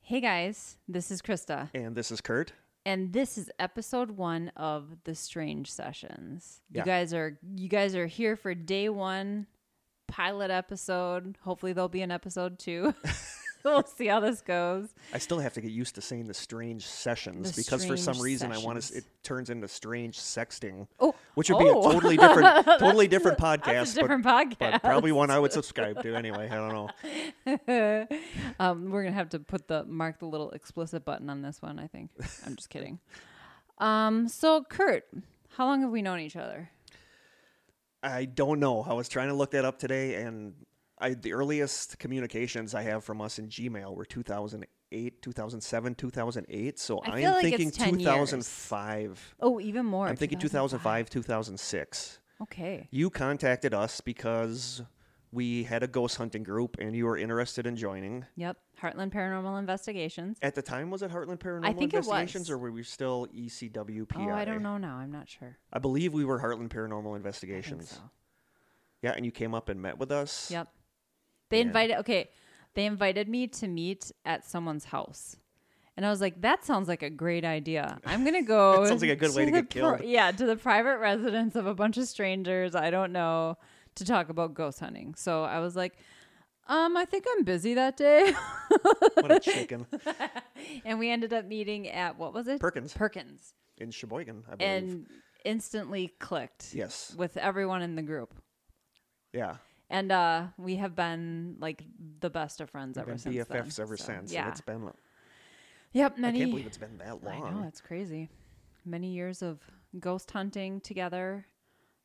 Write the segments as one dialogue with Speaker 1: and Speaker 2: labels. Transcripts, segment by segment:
Speaker 1: Hey guys, this is Krista,
Speaker 2: And this is Kurt.
Speaker 1: and this is episode one of the Strange Sessions.
Speaker 2: Yeah.
Speaker 1: You guys are you guys are here for day one pilot episode. Hopefully there'll be an episode two. we'll see how this goes.
Speaker 2: I still have to get used to saying the strange sessions
Speaker 1: The
Speaker 2: because for some
Speaker 1: strange
Speaker 2: reason I want to. It
Speaker 1: sessions.
Speaker 2: turns into strange sexting,
Speaker 1: Oh,
Speaker 2: which would be a
Speaker 1: oh.
Speaker 2: totally different, totally different podcast.
Speaker 1: That's a
Speaker 2: but-
Speaker 1: different
Speaker 2: but,
Speaker 1: podcast.
Speaker 2: probably one I would subscribe to anyway. I don't know.
Speaker 1: um, we're gonna have to put the mark the little explicit button on this one. I think. I'm just kidding. Um, so Kurt, how long have we known each other?
Speaker 2: I don't know. I was trying to look that up today, and I the earliest communications I have from us in Gmail were 2008, 2007, 2008. So
Speaker 1: I
Speaker 2: I,
Speaker 1: feel
Speaker 2: am
Speaker 1: like it's
Speaker 2: thinking
Speaker 1: 10 years.
Speaker 2: 2005.
Speaker 1: Oh, even more.
Speaker 2: I'm thinking 2005, 2006.
Speaker 1: Okay.
Speaker 2: You contacted us because we had a ghost hunting group and you were interested in joining.
Speaker 1: Yep. Heartland Paranormal Investigations.
Speaker 2: At the time, was it Heartland Paranormal
Speaker 1: think it was.
Speaker 2: Investigations or were we still E ECWPI?
Speaker 1: Oh, I don't know now. I'm not sure.
Speaker 2: I believe we were Heartland Paranormal
Speaker 1: I think
Speaker 2: Investigations.
Speaker 1: so.
Speaker 2: Yeah, and you came up and met with us.
Speaker 1: Yep. They invited okay, they invited me to meet at someone's house. And I was like, that sounds like a great idea. I'm gonna go
Speaker 2: That sounds like a good way to
Speaker 1: the
Speaker 2: get
Speaker 1: pri-
Speaker 2: killed.
Speaker 1: yeah, to the private residence of a bunch of strangers I don't know to talk about ghost hunting. So I was like, um, I think I'm busy that day.
Speaker 2: What a chicken.
Speaker 1: and we ended up meeting at what was it?
Speaker 2: Perkins.
Speaker 1: Perkins.
Speaker 2: in Sheboygan, I believe.
Speaker 1: And instantly clicked
Speaker 2: yes.
Speaker 1: with everyone in the group.
Speaker 2: Yeah.
Speaker 1: And uh, we have been like the best of friends ever
Speaker 2: Been
Speaker 1: since.
Speaker 2: BFFs
Speaker 1: then.
Speaker 2: ever
Speaker 1: So,
Speaker 2: since.
Speaker 1: Yeah.
Speaker 2: And it's been,
Speaker 1: yep.
Speaker 2: I
Speaker 1: Many.
Speaker 2: can't believe it's been that long.
Speaker 1: I know it's crazy. Many years of ghost hunting together.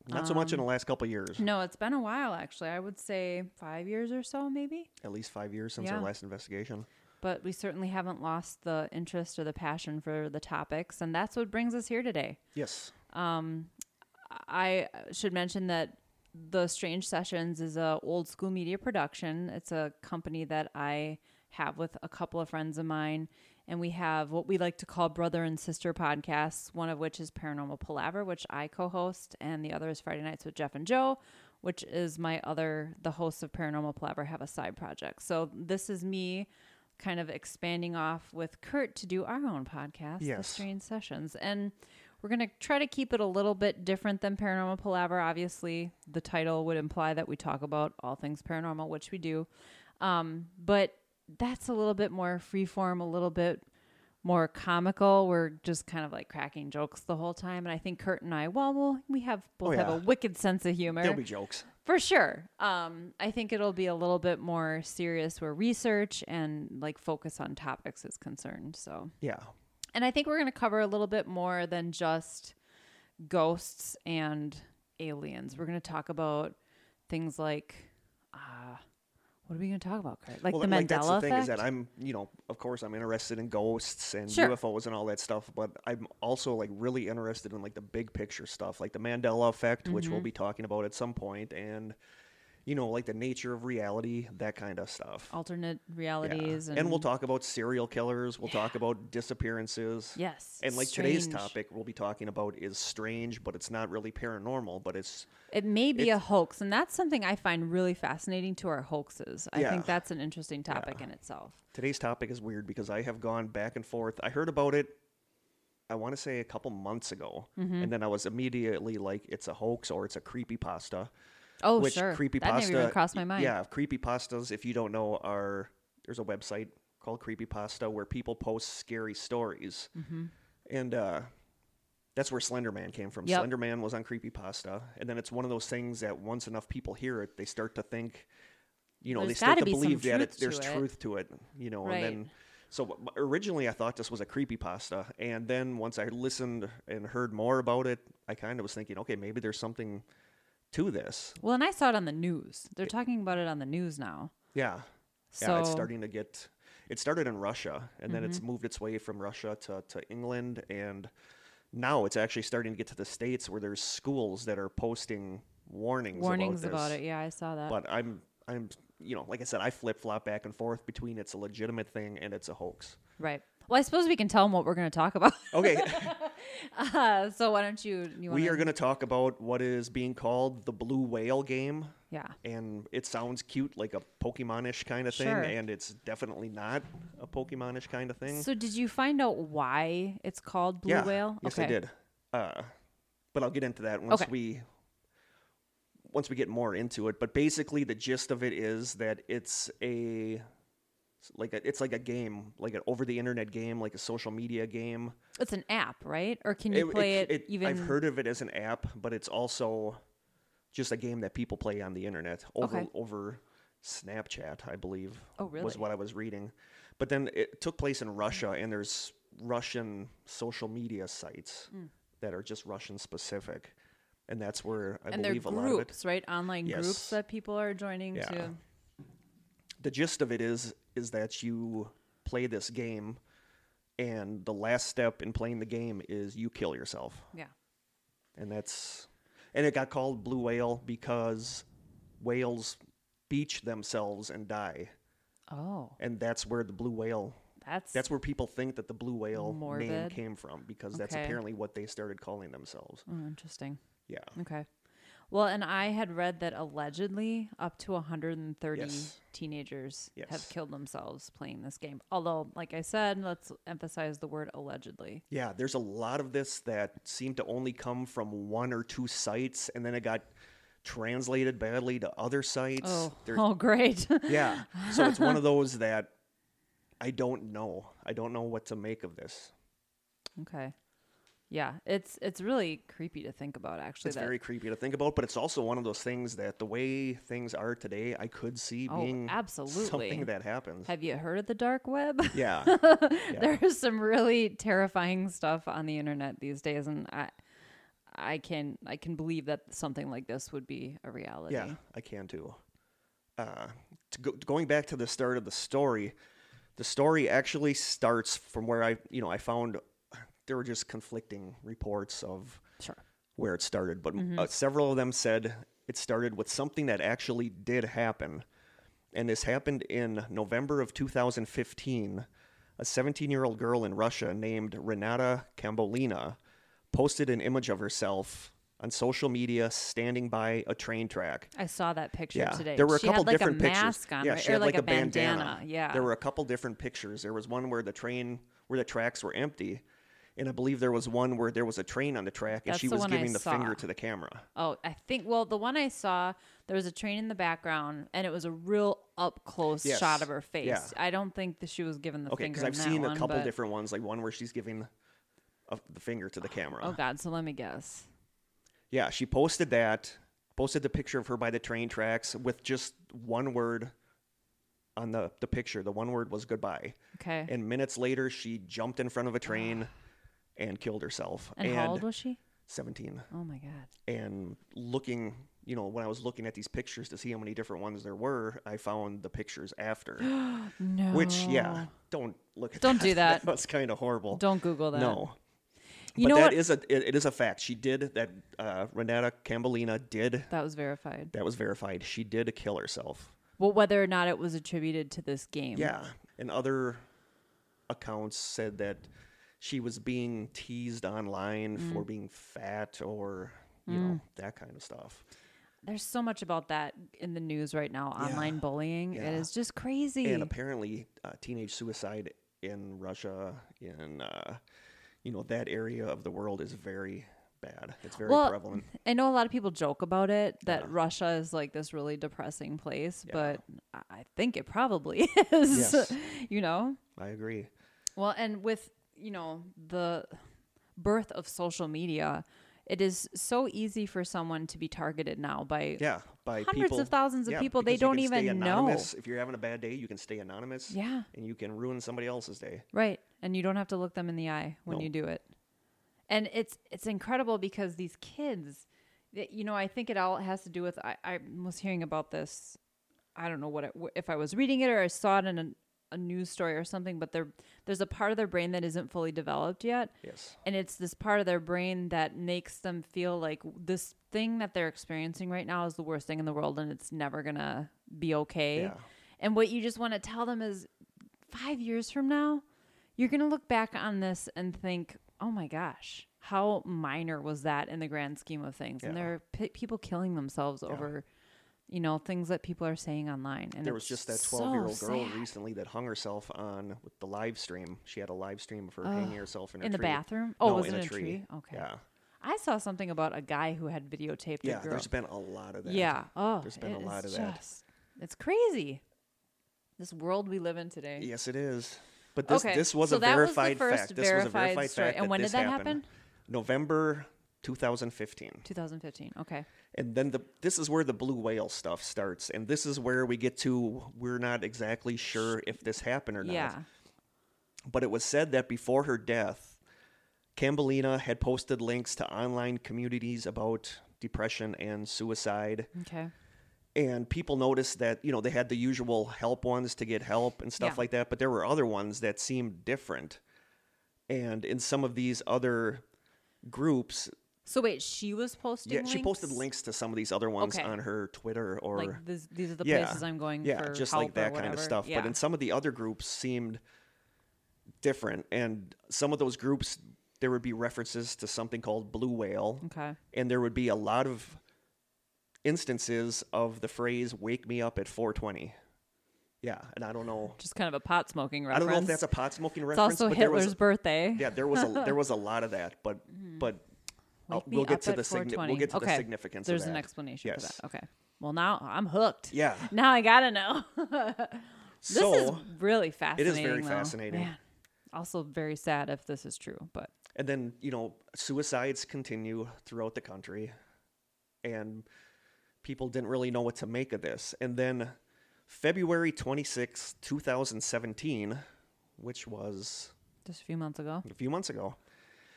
Speaker 2: Not so much in
Speaker 1: Um,
Speaker 2: the last couple years.
Speaker 1: No, it's been a while actually. I would say five years or so, maybe.
Speaker 2: At least five years since
Speaker 1: Yeah.
Speaker 2: our last investigation.
Speaker 1: But we certainly haven't lost the interest or the passion for the topics, and that's what brings us here today.
Speaker 2: Yes.
Speaker 1: Um, I should mention that the Strange Sessions is a old school media production. It's a company that I have with a couple of friends of mine, and we have what we like to call brother and sister podcasts. One of which is Paranormal Palaver, which I co-host, and the other is Friday Nights with Jeff and Joe, which is my other. The hosts of Paranormal Palaver have a side project, so this is me. Kind of expanding off with Kurt to do our own podcast, the
Speaker 2: Yes.
Speaker 1: Strange between sessions. And we're going to try to keep it a little bit different than Paranormal Palaver. Obviously, the title would imply that we talk about all things paranormal, which we do. Um, but that's a little bit more freeform, a little bit more comical. We're just kind of like cracking jokes the whole time. And I think Kurt and I, well, we'll we have both have
Speaker 2: Oh,
Speaker 1: a
Speaker 2: yeah.
Speaker 1: wicked sense of humor.
Speaker 2: There'll be jokes.
Speaker 1: For sure. Um, I think it'll be a little bit more serious where research and like focus on topics is concerned. So
Speaker 2: Yeah.
Speaker 1: and I think we're going to cover a little bit more than just ghosts and aliens. We're going to talk about things like, uh, what are we going to talk about, Craig? Like
Speaker 2: well,
Speaker 1: the Mandela
Speaker 2: like that's the thing
Speaker 1: effect.
Speaker 2: is that I'm, you know, of course I'm interested in ghosts and
Speaker 1: Sure.
Speaker 2: UFOs and all that stuff, but I'm also like really interested in like the big picture stuff, like the Mandela effect, which
Speaker 1: Mm-hmm.
Speaker 2: we'll be talking about at some point, and you know, like the nature of reality, that kind of stuff.
Speaker 1: alternate
Speaker 2: Yeah.
Speaker 1: realities,
Speaker 2: And,
Speaker 1: and,
Speaker 2: we'll talk about serial killers. We'll talk about disappearances.
Speaker 1: Yes,
Speaker 2: And like today's
Speaker 1: strange.
Speaker 2: topic we'll be talking about is strange, but it's not really paranormal, but it's
Speaker 1: It may be a hoax, and that's something I find really fascinating to our hoaxes. I
Speaker 2: Yeah.
Speaker 1: think that's an interesting topic in itself.
Speaker 2: Today's topic is weird because I have gone back and forth. I heard about it, I want to say a couple months ago, and then I was immediately like, it's a hoax or it's a creepy pasta.
Speaker 1: Oh,
Speaker 2: which
Speaker 1: sure,
Speaker 2: creepy
Speaker 1: that
Speaker 2: pasta?
Speaker 1: never even crossed my mind.
Speaker 2: Yeah, creepy pastas. If you don't know, are there's a website called Creepy Pasta where people post scary stories,
Speaker 1: Mm-hmm.
Speaker 2: and uh, that's where Slenderman came from.
Speaker 1: Yep.
Speaker 2: Slenderman was on Creepy Pasta, and then it's one of those things that once enough people hear it, they start to think you know,
Speaker 1: There's
Speaker 2: they start
Speaker 1: gotta
Speaker 2: to
Speaker 1: be some
Speaker 2: believe that
Speaker 1: truth
Speaker 2: it,
Speaker 1: to
Speaker 2: there's
Speaker 1: it.
Speaker 2: truth to it, you know,
Speaker 1: Right.
Speaker 2: and then so w- originally I thought this was a creepypasta and then once I listened and heard more about it, I kind of was thinking, okay, maybe there's something to this.
Speaker 1: Well, and I saw it on the news. They're talking about it on the news now.
Speaker 2: Yeah.
Speaker 1: So Mm-hmm.
Speaker 2: yeah, it's starting to get it started in Russia and then it's moved its way from Russia to, to England and now it's actually starting to get to the states where there's schools that are posting warnings
Speaker 1: warnings
Speaker 2: about,
Speaker 1: about,
Speaker 2: this.
Speaker 1: it. Yeah, I saw that.
Speaker 2: But I'm I'm you know, like I said, I flip flop back and forth between it's a legitimate thing and it's a hoax.
Speaker 1: Right. Well, I suppose we can tell them what we're going to talk about.
Speaker 2: Okay.
Speaker 1: Uh, so why don't you? you
Speaker 2: we
Speaker 1: wanna-
Speaker 2: are going to talk about what is being called the blue whale game.
Speaker 1: Yeah.
Speaker 2: and it sounds cute like a Pokemon-ish kind of thing,
Speaker 1: Sure.
Speaker 2: and it's definitely not a Pokemon-ish kind of thing.
Speaker 1: So did you find out why it's called blue
Speaker 2: yeah.
Speaker 1: whale?
Speaker 2: Yes, I did. Uh, but I'll get into that once
Speaker 1: Okay.
Speaker 2: we once we get more into it. But basically, the gist of it is that it's a like a, it's like a game, like an over the internet game, like a social media game.
Speaker 1: It's an app, right? Or can you play it, even
Speaker 2: I've heard of it as an app, but it's also just a game that people play on the internet over
Speaker 1: Okay.
Speaker 2: over Snapchat, I believe.
Speaker 1: Oh, really? Mm.
Speaker 2: Was what I was reading, but then it took place in Russia, and there's Russian social media sites
Speaker 1: Mm.
Speaker 2: that are just Russian specific, and that's where I
Speaker 1: and there are
Speaker 2: believe a lot of it.
Speaker 1: groups, right? Online
Speaker 2: Yes.
Speaker 1: groups that people are joining
Speaker 2: Yeah.
Speaker 1: to
Speaker 2: the gist of it is is that you play this game, and the last step in playing the game is you kill yourself.
Speaker 1: Yeah.
Speaker 2: and that's and it got called blue whale because whales beach themselves and die
Speaker 1: Oh.
Speaker 2: and that's where the blue whale
Speaker 1: That's
Speaker 2: that's where people think that the blue whale name
Speaker 1: Morbid.
Speaker 2: came from because that's
Speaker 1: Okay.
Speaker 2: apparently what they started calling themselves
Speaker 1: oh, interesting.
Speaker 2: yeah
Speaker 1: Okay. Well, and I had read that allegedly up to 130
Speaker 2: Yes.
Speaker 1: teenagers have
Speaker 2: Yes.
Speaker 1: killed themselves playing this game. Although, like I said, let's emphasize the word allegedly.
Speaker 2: yeah there's a lot of this that seemed to only come from one or two sites and then it got translated badly to other sites
Speaker 1: Oh,
Speaker 2: There-
Speaker 1: oh great.
Speaker 2: yeah so it's one of those that i don't know i don't know what to make of this
Speaker 1: okay. Yeah, it's it's really creepy to think about actually
Speaker 2: It's
Speaker 1: that
Speaker 2: very creepy to think about, but it's also one of those things that the way things are today, I could see
Speaker 1: Oh,
Speaker 2: being
Speaker 1: absolutely.
Speaker 2: something that happens.
Speaker 1: Have you heard of the dark web?
Speaker 2: yeah,
Speaker 1: There's some really terrifying stuff on the internet these days, and I, I can I can believe that something like this would be a reality.
Speaker 2: yeah, I can too. Uh, to go, going back to the start of the story, the story actually starts from where I, you know, I found there were just conflicting reports of
Speaker 1: Sure.
Speaker 2: where it started, but uh, several of them said it started with something that actually did happen. And this happened in November of 2015. A 17 year old girl in Russia named Renata Kambolina posted an image of herself on social media standing by a train track.
Speaker 1: I saw that picture
Speaker 2: Yeah,
Speaker 1: today.
Speaker 2: there were a
Speaker 1: she
Speaker 2: couple
Speaker 1: had, like,
Speaker 2: different
Speaker 1: a
Speaker 2: pictures.
Speaker 1: Mask on,
Speaker 2: yeah,
Speaker 1: right?
Speaker 2: she
Speaker 1: or
Speaker 2: had
Speaker 1: like,
Speaker 2: a bandana.
Speaker 1: Yeah.
Speaker 2: there were a couple different pictures. There was one where the train, where the tracks were empty, and I believe there was one where there was a train on the track, and
Speaker 1: That's
Speaker 2: she
Speaker 1: the
Speaker 2: was
Speaker 1: one I
Speaker 2: giving the
Speaker 1: saw.
Speaker 2: finger to the camera.
Speaker 1: oh, I think. Well, the one I saw, there was a train in the background, and it was a real up close
Speaker 2: Yes.
Speaker 1: shot of her face.
Speaker 2: Yeah.
Speaker 1: I don't think that she was given the
Speaker 2: Okay,
Speaker 1: finger.
Speaker 2: because I've
Speaker 1: in that
Speaker 2: seen
Speaker 1: one,
Speaker 2: a couple
Speaker 1: but-
Speaker 2: different ones, like one where she's giving a, the finger to the camera.
Speaker 1: Oh God! So let me guess.
Speaker 2: Yeah, she posted that, posted the picture of her by the train tracks with just one word on the, the picture. The one word was goodbye.
Speaker 1: Okay.
Speaker 2: And minutes later, she jumped in front of a train and killed herself.
Speaker 1: and how old was she?
Speaker 2: 17.
Speaker 1: Oh my God.
Speaker 2: And looking, you know, when I was looking at these pictures to see how many different ones there were, I found the pictures after.
Speaker 1: No.
Speaker 2: Which, yeah, don't look at
Speaker 1: Don't do that.
Speaker 2: That's kind of horrible.
Speaker 1: Don't Google that.
Speaker 2: No.
Speaker 1: You
Speaker 2: but
Speaker 1: know
Speaker 2: that
Speaker 1: what?
Speaker 2: is a it, it is a fact. She did that. Uh, Renata Cambolina did
Speaker 1: That was verified.
Speaker 2: that was verified. She did kill herself.
Speaker 1: Well, whether or not it was attributed to this game.
Speaker 2: Yeah, and other accounts said that she was being teased online
Speaker 1: Mm.
Speaker 2: for being fat or you know that kind of stuff.
Speaker 1: There's so much about that in the news right now. Online bullying.
Speaker 2: Yeah.
Speaker 1: It is just crazy.
Speaker 2: And apparently, uh, teenage suicide in Russia, in uh, you know that area of the world, is very bad. It's very
Speaker 1: Well,
Speaker 2: prevalent.
Speaker 1: I know a lot of people joke about it that Russia is like this really depressing place,
Speaker 2: Yeah.
Speaker 1: but I- I think it probably is.
Speaker 2: Yes.
Speaker 1: you know?
Speaker 2: I agree.
Speaker 1: Well, and with, you know, the birth of social media, it is so easy for someone to be targeted now by
Speaker 2: Yeah, by
Speaker 1: Hundreds of
Speaker 2: people,
Speaker 1: thousands of people they
Speaker 2: because you
Speaker 1: don't
Speaker 2: can stay
Speaker 1: even know.
Speaker 2: anonymous. If you're having a bad day, you can stay anonymous.
Speaker 1: Yeah.
Speaker 2: and you can ruin somebody else's day.
Speaker 1: Right. And you don't have to look them in the eye when
Speaker 2: No.
Speaker 1: you do it. And it's it's incredible because these kids that you know, I think it all has to do with I, I was hearing about this I don't know what it, if I was reading it or I saw it in a, a news story or something, but there there's a part of their brain that isn't fully developed yet.
Speaker 2: Yes,
Speaker 1: And it's this part of their brain that makes them feel like this thing that they're experiencing right now is the worst thing in the world and it's never going to be okay.
Speaker 2: Yeah.
Speaker 1: And what you just want to tell them is five years from now, you're going to look back on this and think, oh my gosh, how minor was that in the grand scheme of things? And
Speaker 2: Yeah.
Speaker 1: there are p- people killing themselves over, you know things that people are saying online. And
Speaker 2: There
Speaker 1: it's
Speaker 2: was just that
Speaker 1: so
Speaker 2: 12 year old girl
Speaker 1: sad.
Speaker 2: recently that hung herself on with the live stream. She had a live stream of her hanging herself in a
Speaker 1: in the
Speaker 2: tree.
Speaker 1: bathroom. Oh,
Speaker 2: No,
Speaker 1: was
Speaker 2: in
Speaker 1: it
Speaker 2: a tree.
Speaker 1: Okay.
Speaker 2: Yeah.
Speaker 1: I saw something about a guy who had videotaped
Speaker 2: Yeah,
Speaker 1: a girl.
Speaker 2: there's been a lot of that.
Speaker 1: Yeah. Oh,
Speaker 2: There's been
Speaker 1: it
Speaker 2: a
Speaker 1: is
Speaker 2: lot of that.
Speaker 1: just- It's crazy. This world we live in today.
Speaker 2: Yes, it is. But this
Speaker 1: Okay,
Speaker 2: this was
Speaker 1: so
Speaker 2: a
Speaker 1: that was the
Speaker 2: verified
Speaker 1: first
Speaker 2: fact. This was a
Speaker 1: verified
Speaker 2: verified
Speaker 1: story.
Speaker 2: fact.
Speaker 1: And when did
Speaker 2: this
Speaker 1: that
Speaker 2: happened.
Speaker 1: happen?
Speaker 2: November 2015.
Speaker 1: 2015. Okay.
Speaker 2: And then the this is where the blue whale stuff starts, and this is where we get to we're not exactly sure if this happened or not.
Speaker 1: Yeah.
Speaker 2: But it was said that before her death, Cambellina had posted links to online communities about depression and suicide.
Speaker 1: Okay.
Speaker 2: and people noticed that you know they had the usual help ones to get help and stuff
Speaker 1: Yeah.
Speaker 2: like that but there were other ones that seemed different and in some of these other groups
Speaker 1: So wait, she was posting.
Speaker 2: yeah she posted
Speaker 1: links?
Speaker 2: links to some of these other ones
Speaker 1: Okay.
Speaker 2: on her twitter or
Speaker 1: Like this, these are the
Speaker 2: yeah
Speaker 1: places I'm going
Speaker 2: yeah
Speaker 1: for
Speaker 2: just
Speaker 1: help
Speaker 2: like that
Speaker 1: or
Speaker 2: kind of
Speaker 1: whatever.
Speaker 2: stuff
Speaker 1: Yeah.
Speaker 2: but in some of the other groups seemed different and some of those groups there would be references to something called blue whale
Speaker 1: okay.
Speaker 2: and there would be a lot of instances of the phrase "wake me up at 420." Yeah, and I don't know,
Speaker 1: Just kind of a pot smoking
Speaker 2: I
Speaker 1: reference.
Speaker 2: don't know if that's a pot smoking
Speaker 1: It's
Speaker 2: reference,
Speaker 1: also
Speaker 2: but
Speaker 1: Hitler's
Speaker 2: there was
Speaker 1: birthday.
Speaker 2: yeah, there was a there was a lot of that, but but I'll-
Speaker 1: Wake me
Speaker 2: we'll get
Speaker 1: up
Speaker 2: to
Speaker 1: at
Speaker 2: the signi- we'll
Speaker 1: 420.
Speaker 2: get to
Speaker 1: okay.
Speaker 2: the significance.
Speaker 1: There's
Speaker 2: of that.
Speaker 1: an explanation
Speaker 2: yes.
Speaker 1: for that. Okay. Well, now I'm hooked.
Speaker 2: Yeah.
Speaker 1: Now I gotta know. this
Speaker 2: so
Speaker 1: is really fascinating.
Speaker 2: very
Speaker 1: though.
Speaker 2: fascinating.
Speaker 1: Man. Also very sad if this is true, but
Speaker 2: and then you know suicides continue throughout the country and people didn't really know what to make of this and then february 26 2017 which was
Speaker 1: just a few months ago.
Speaker 2: a few months ago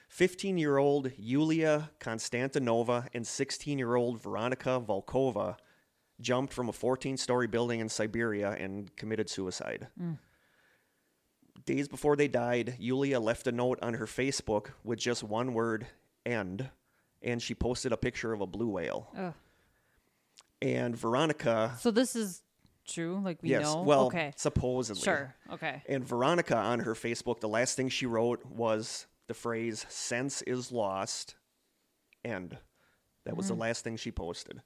Speaker 2: 15 year old yulia konstantinova and 16 year old veronica volkova jumped from a 14 story building in siberia and committed suicide
Speaker 1: Mm.
Speaker 2: Days before they died, Yulia left a note on her Facebook with just one word, end, and she posted a picture of a blue whale.
Speaker 1: Ugh.
Speaker 2: And Veronica,
Speaker 1: So this is true, like we
Speaker 2: yes,
Speaker 1: know.
Speaker 2: well,
Speaker 1: okay.
Speaker 2: supposedly.
Speaker 1: Sure. Okay.
Speaker 2: And Veronica on her Facebook, the last thing she wrote was the phrase, sense is lost, end. That
Speaker 1: Mm-hmm.
Speaker 2: was the last thing she posted.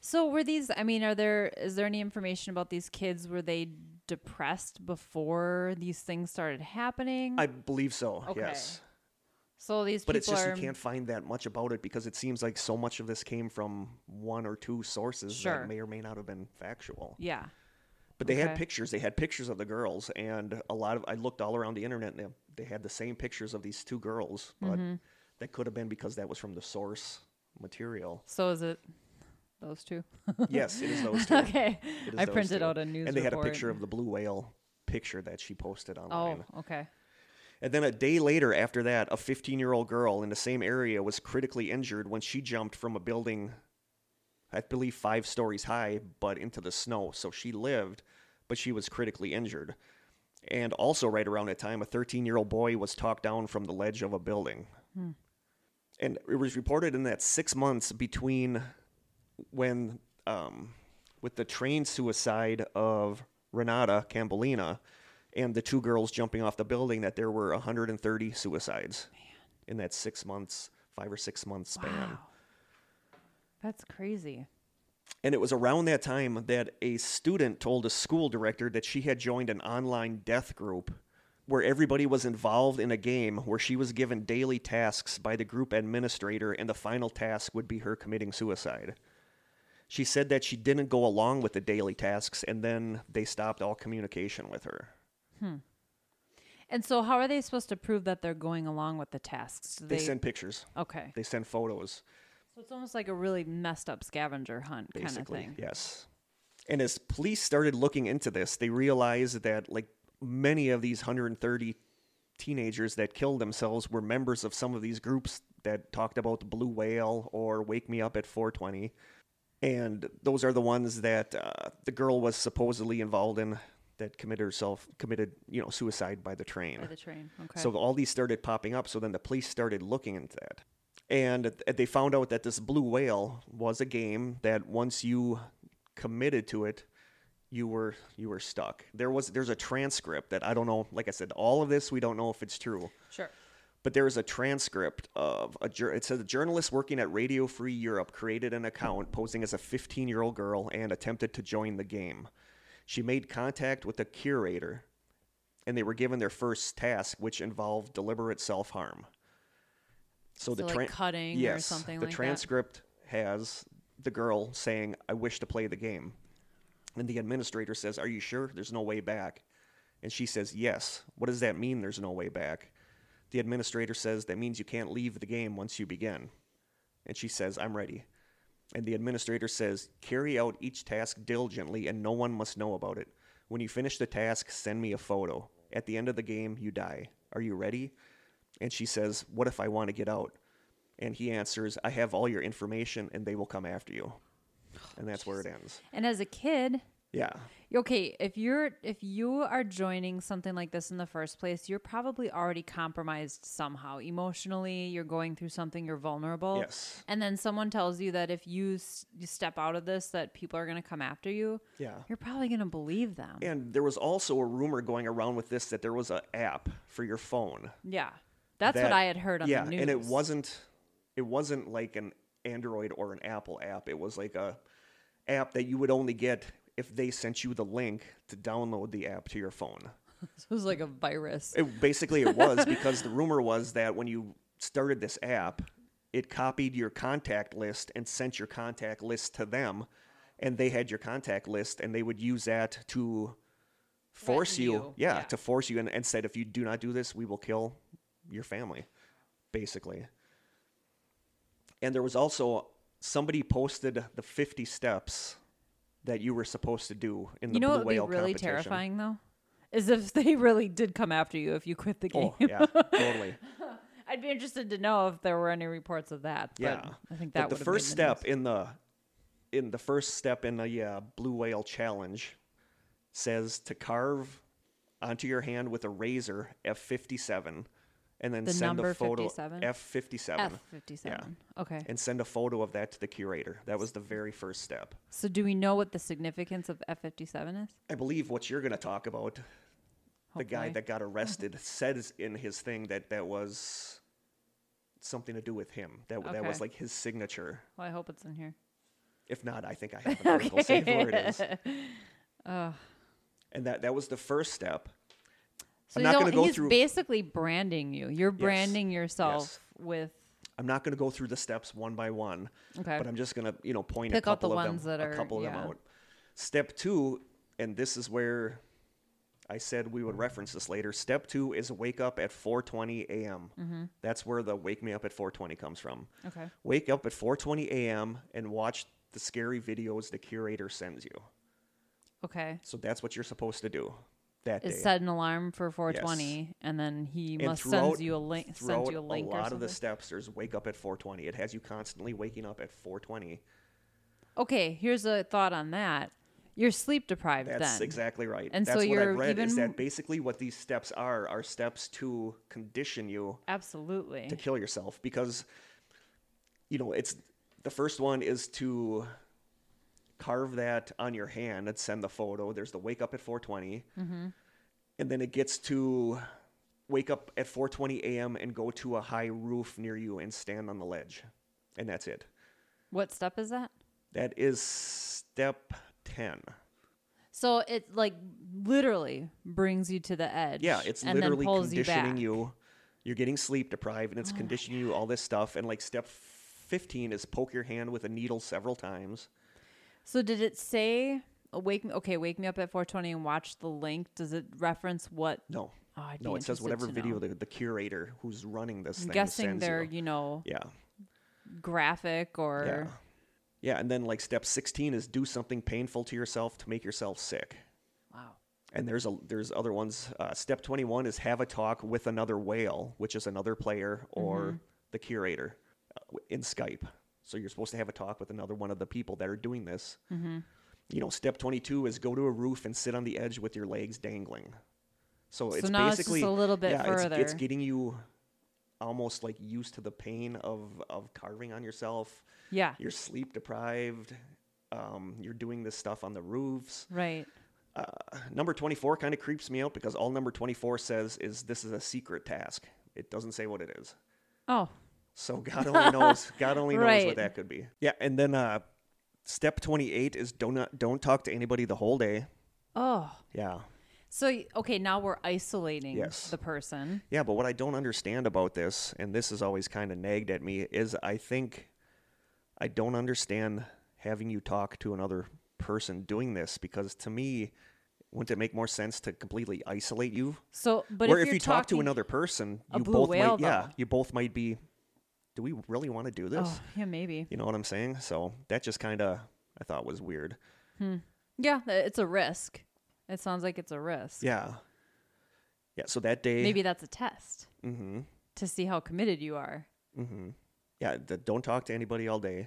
Speaker 1: So were these I mean, are there is there any information about these kids? Were they depressed before these things started happening?
Speaker 2: I believe so,
Speaker 1: Okay.
Speaker 2: yes.
Speaker 1: so these
Speaker 2: But
Speaker 1: people
Speaker 2: it's just
Speaker 1: are
Speaker 2: you can't find that much about it because it seems like so much of this came from one or two sources
Speaker 1: Sure.
Speaker 2: that may or may not have been factual.
Speaker 1: Yeah.
Speaker 2: But they had
Speaker 1: Okay.
Speaker 2: pictures. They had pictures of the girls, and a lot of I looked all around the internet, and they, they had the same pictures of these two girls. But
Speaker 1: Mm-hmm.
Speaker 2: that could have been because that was from the source material.
Speaker 1: So is it those two?
Speaker 2: yes, it is those two.
Speaker 1: okay.
Speaker 2: It is
Speaker 1: I
Speaker 2: those
Speaker 1: printed
Speaker 2: two.
Speaker 1: out a news
Speaker 2: and they
Speaker 1: report.
Speaker 2: had a picture of the blue whale picture that she posted online.
Speaker 1: Oh, okay.
Speaker 2: And then a day later, after that, a 15 year old girl in the same area was critically injured when she jumped from a building, I believe five stories high, but into the snow. So she lived, but she was critically injured. And also, right around that time, a 13 year old boy was talked down from the ledge of a building. And it was reported in that six months between when, um, with the train suicide of Renata Cambolina and the two girls jumping off the building, that there were 130 suicides in that six months, five or six months span.
Speaker 1: Wow. That's crazy.
Speaker 2: And it was around that time that a student told a school director that she had joined an online death group where everybody was involved in a game where she was given daily tasks by the group administrator, and the final task would be her committing suicide. She said that she didn't go along with the daily tasks, and then they stopped all communication with her.
Speaker 1: And so how are they supposed to prove that they're going along with the tasks? Do
Speaker 2: They, send pictures,
Speaker 1: Okay.
Speaker 2: they send photos,
Speaker 1: so it's almost like a really messed up scavenger hunt kind of
Speaker 2: basically.
Speaker 1: thing.
Speaker 2: Yes. And as police started looking into this, they realized that like many of these 130 teenagers that killed themselves were members of some of these groups that talked about the blue whale or wake me up at 420. And those are the ones that uh, the girl was supposedly involved in that committed herself committed, you know, suicide by the train.
Speaker 1: By the train. Okay.
Speaker 2: So all these started popping up. So then the police started looking into that. And th- they found out that this blue whale was a game that once you committed to it, you were you were stuck. There was there's a transcript that I don't know. Like I said, all of this we don't know if it's true,
Speaker 1: sure.
Speaker 2: but But there is a transcript of a jour- it says a journalist working at Radio Free Europe created an account posing as a 15-year-old girl and attempted to join the game. She made contact with the curator and they were given their first task which involved deliberate self-harm. So, the
Speaker 1: like
Speaker 2: tran-
Speaker 1: cutting or
Speaker 2: yes,
Speaker 1: something
Speaker 2: the
Speaker 1: like that?
Speaker 2: transcript has the girl saying, "I wish to play the game," and the administrator says, "Are you sure? There's no way back." And she says, "Yes." What does that mean? There's no way back. The administrator says that means you can't leave the game once you begin. And she says, "I'm ready." And the administrator says, "Carry out each task diligently, and no one must know about it. When you finish the task, send me a photo. At the end of the game, you die. Are you ready?" And she says, What if I want to get out? And he answers, I have all your information and they will come after you. And that's where it ends.
Speaker 1: And as a kid,
Speaker 2: Yeah.
Speaker 1: okay, if you're if you are joining something like this in the first place, you're probably already compromised somehow. Emotionally, you're going through something, you're vulnerable.
Speaker 2: Yes.
Speaker 1: And then someone tells you that if you, s- you step out of this that people are going to come after you.
Speaker 2: Yeah.
Speaker 1: You're probably going to believe them.
Speaker 2: And there was also a rumor going around with this that there was an app for your phone.
Speaker 1: Yeah. That's
Speaker 2: that-
Speaker 1: what I had heard on
Speaker 2: yeah,
Speaker 1: the news.
Speaker 2: And it wasn't it wasn't like an Android or an Apple app. It was like a app that you would only get if they sent you the link to download the app to your phone.
Speaker 1: it was like a virus.
Speaker 2: It, basically, it was because the rumor was that when you started this app, it copied your contact list and sent your contact list to them, and they had your contact list, and they would use that to force
Speaker 1: Threaten
Speaker 2: you,
Speaker 1: you,
Speaker 2: Yeah,
Speaker 1: yeah.
Speaker 2: to force you, and, and said, if you do not do this, we will kill your family, basically. And there was also somebody posted the 50 steps that you were supposed to do in the
Speaker 1: you know
Speaker 2: blue
Speaker 1: what would be
Speaker 2: whale
Speaker 1: really
Speaker 2: competition.
Speaker 1: terrifying though? Is if they really did come after you if you quit the game.
Speaker 2: Oh yeah, totally.
Speaker 1: I'd be interested to know if there were any reports of that. But
Speaker 2: Yeah,
Speaker 1: I think
Speaker 2: But
Speaker 1: that
Speaker 2: the
Speaker 1: would've
Speaker 2: first
Speaker 1: made the
Speaker 2: step in the in the first step in the uh, blue whale challenge says to carve onto your hand with a razor F fifty seven, and then
Speaker 1: The
Speaker 2: send
Speaker 1: number
Speaker 2: a photo
Speaker 1: 57?
Speaker 2: F fifty seven,
Speaker 1: F fifty seven. Okay.
Speaker 2: and send a photo of that to the curator. That was the very first step.
Speaker 1: So do we know what the significance of F fifty seven is?
Speaker 2: I believe what you're going to talk about, the guy
Speaker 1: Hopefully.
Speaker 2: that got arrested says in his thing that that was something to do with him. That that was
Speaker 1: Okay.
Speaker 2: like his signature.
Speaker 1: Well, I hope it's in here.
Speaker 2: If not, I think I have an article saved where it is. And that that was the first step.
Speaker 1: So
Speaker 2: I'm not
Speaker 1: he's,
Speaker 2: gonna
Speaker 1: al-
Speaker 2: go
Speaker 1: he's
Speaker 2: through-
Speaker 1: basically branding you. You're branding yourself
Speaker 2: Yes.
Speaker 1: with
Speaker 2: I'm not going to go through the steps one by one,
Speaker 1: Okay.
Speaker 2: but I'm just going to you know point a
Speaker 1: Pick out the
Speaker 2: couple of
Speaker 1: ones
Speaker 2: them,
Speaker 1: that
Speaker 2: a
Speaker 1: are-
Speaker 2: couple of
Speaker 1: yeah.
Speaker 2: them out. Step two, and this is where I said we would reference this later. Step two is wake up at 4:20 a.m.
Speaker 1: Mm-hmm.
Speaker 2: That's where the wake me up at 4:20 comes from.
Speaker 1: Okay.
Speaker 2: Wake up at 4:20 a.m. and watch the scary videos the curator sends you.
Speaker 1: Okay.
Speaker 2: So that's what you're supposed to do that
Speaker 1: It
Speaker 2: day.
Speaker 1: set an alarm for 420, and then he
Speaker 2: And
Speaker 1: must
Speaker 2: throughout-
Speaker 1: sends you a link. Sends
Speaker 2: throughout
Speaker 1: you a link
Speaker 2: lot
Speaker 1: or
Speaker 2: of
Speaker 1: something.
Speaker 2: the steps, there's wake up at 4:20. It has you constantly waking up at 4:20.
Speaker 1: okay. Here's a thought on that. You're sleep deprived
Speaker 2: That's
Speaker 1: then.
Speaker 2: exactly right.
Speaker 1: And so
Speaker 2: That's what I
Speaker 1: you're
Speaker 2: read is
Speaker 1: even-
Speaker 2: that basically what these steps are are steps to condition you
Speaker 1: Absolutely.
Speaker 2: to kill yourself because you know it's the first one is to carve that on your hand and send the photo there's the wake up at 420
Speaker 1: Mm-hmm.
Speaker 2: and then it gets to wake up at 420 a.m and go to a high roof near you and stand on the ledge and that's it
Speaker 1: What step is that?
Speaker 2: that is step 10
Speaker 1: So it like literally brings you to the edge.
Speaker 2: yeah it's
Speaker 1: and
Speaker 2: literally
Speaker 1: then pulls
Speaker 2: conditioning
Speaker 1: you. Oh
Speaker 2: you, you are getting sleep deprived and it's conditioning you all this stuff and like step 15 is poke your hand with a needle several times
Speaker 1: back. So did it say wake me? Okay, wake me up at 4:20 and watch the link. Does it reference what?
Speaker 2: No.
Speaker 1: Oh, I'd
Speaker 2: no,
Speaker 1: be
Speaker 2: it says
Speaker 1: interested
Speaker 2: whatever
Speaker 1: to
Speaker 2: video
Speaker 1: know.
Speaker 2: the, the curator who's running this
Speaker 1: I'm
Speaker 2: thing
Speaker 1: guessing
Speaker 2: sends
Speaker 1: they're
Speaker 2: you.
Speaker 1: you know
Speaker 2: Yeah.
Speaker 1: graphic or
Speaker 2: Yeah. Yeah, and then like step 16 is do something painful to yourself to make yourself sick.
Speaker 1: wow.
Speaker 2: And there's a there's other ones. Uh, step 21 is have a talk with another whale, which is another player or
Speaker 1: Mm-hmm.
Speaker 2: the curator uh, w- in Skype. So you're supposed to have a talk with another one of the people that are doing this.
Speaker 1: Mm-hmm.
Speaker 2: You know, step 22 is go to a roof and sit on the edge with your legs dangling. So, it's
Speaker 1: now it's just
Speaker 2: basically
Speaker 1: a little bit
Speaker 2: yeah, it's- It's,
Speaker 1: further.
Speaker 2: getting you almost like used to the pain of of carving on yourself.
Speaker 1: Yeah.
Speaker 2: You're sleep deprived. Um, you're doing this stuff on the roofs
Speaker 1: Right.
Speaker 2: uh, number 24 kind of creeps me out because all number 24 says is this is a secret task. It doesn't say what it is.
Speaker 1: Oh,
Speaker 2: So God only knows. God only knows
Speaker 1: Right.
Speaker 2: what that could be. Yeah, and then uh, step twenty eight is don't uh, don't talk to anybody the whole day.
Speaker 1: oh.
Speaker 2: Yeah,
Speaker 1: So y- okay, now we're isolating
Speaker 2: Yes.
Speaker 1: the person.
Speaker 2: yeah. But what I don't understand about this, and this is always kind of nagged at me, is I think I don't understand having you talk to another person doing this because to me, wouldn't it make more sense to completely isolate you?
Speaker 1: So, but
Speaker 2: Where
Speaker 1: if,
Speaker 2: if,
Speaker 1: you're
Speaker 2: you talk to
Speaker 1: talking-
Speaker 2: another person,
Speaker 1: a
Speaker 2: you
Speaker 1: blue
Speaker 2: both
Speaker 1: whale,
Speaker 2: might, yeah,
Speaker 1: though.
Speaker 2: you both might be. Do we really want to do this?
Speaker 1: oh yeah, maybe
Speaker 2: You know what I'm saying? So that just kind of I thought was weird.
Speaker 1: yeah, th- it's a risk. It sounds like it's a risk.
Speaker 2: Yeah. Yeah. So that day,
Speaker 1: Maybe that's a test
Speaker 2: hmm
Speaker 1: to see how committed you are.
Speaker 2: hmm Yeah. The, don't talk to anybody all day.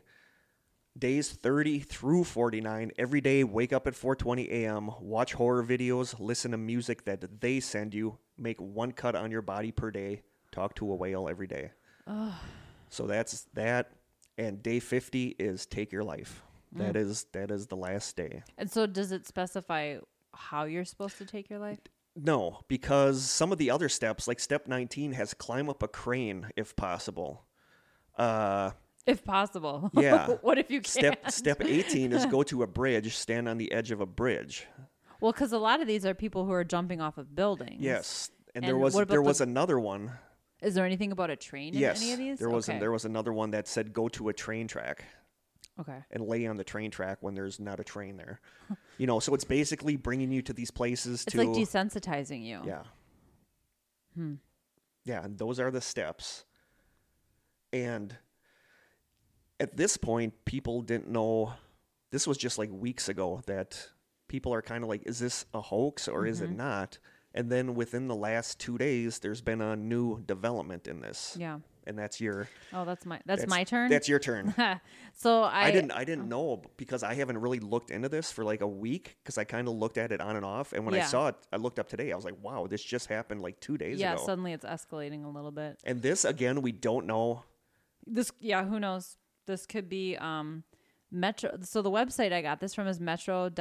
Speaker 2: Days 30 through 49, every day, wake up at 4:20 a.m., watch horror videos, listen to music that they send you, make one cut on your body per day, talk to a whale every day. So that's that. And day 50 is take your life. That is that is the last day.
Speaker 1: And so, does it specify how you're supposed to take your life?
Speaker 2: No, because some of the other steps, like step 19, has climb up a crane if possible. Uh,
Speaker 1: If possible.
Speaker 2: Yeah.
Speaker 1: what if you can't?
Speaker 2: step step 18 is go to a bridge, stand on the edge of a bridge.
Speaker 1: Well, because a lot of these are people who are jumping off of buildings.
Speaker 2: Yes, and, there
Speaker 1: And
Speaker 2: was
Speaker 1: what about
Speaker 2: there
Speaker 1: the-
Speaker 2: was another one.
Speaker 1: Is there anything about a train in
Speaker 2: yes,
Speaker 1: any of these?
Speaker 2: there was
Speaker 1: okay.
Speaker 2: there was another one that said go to a train track
Speaker 1: Okay.
Speaker 2: and lay on the train track when there's not a train there. You know, so it's basically bringing you to these places
Speaker 1: It's
Speaker 2: to
Speaker 1: like desensitizing you.
Speaker 2: Yeah.
Speaker 1: Hmm.
Speaker 2: Yeah, and those are the steps. And at this point, people didn't know. This was just like weeks ago that people are kind of like, is this a hoax or is
Speaker 1: Mm-hmm.
Speaker 2: it not? And then within the last two days, there's been a new development in this.
Speaker 1: Yeah.
Speaker 2: And that's your.
Speaker 1: Oh, that's my that's,
Speaker 2: That's
Speaker 1: my turn.
Speaker 2: That's your turn.
Speaker 1: so I, Oh.
Speaker 2: I, didn't I didn't know because I haven't really looked into this for like a week because I kind of looked at it on and off and when
Speaker 1: Yeah.
Speaker 2: I saw it I looked up today I was like wow this just happened like 2 days
Speaker 1: Yeah,
Speaker 2: ago.
Speaker 1: suddenly it's escalating a little bit.
Speaker 2: and this again we don't know.
Speaker 1: This yeah, who knows? This could be um Metro so the website I got this from is metro.co.uk.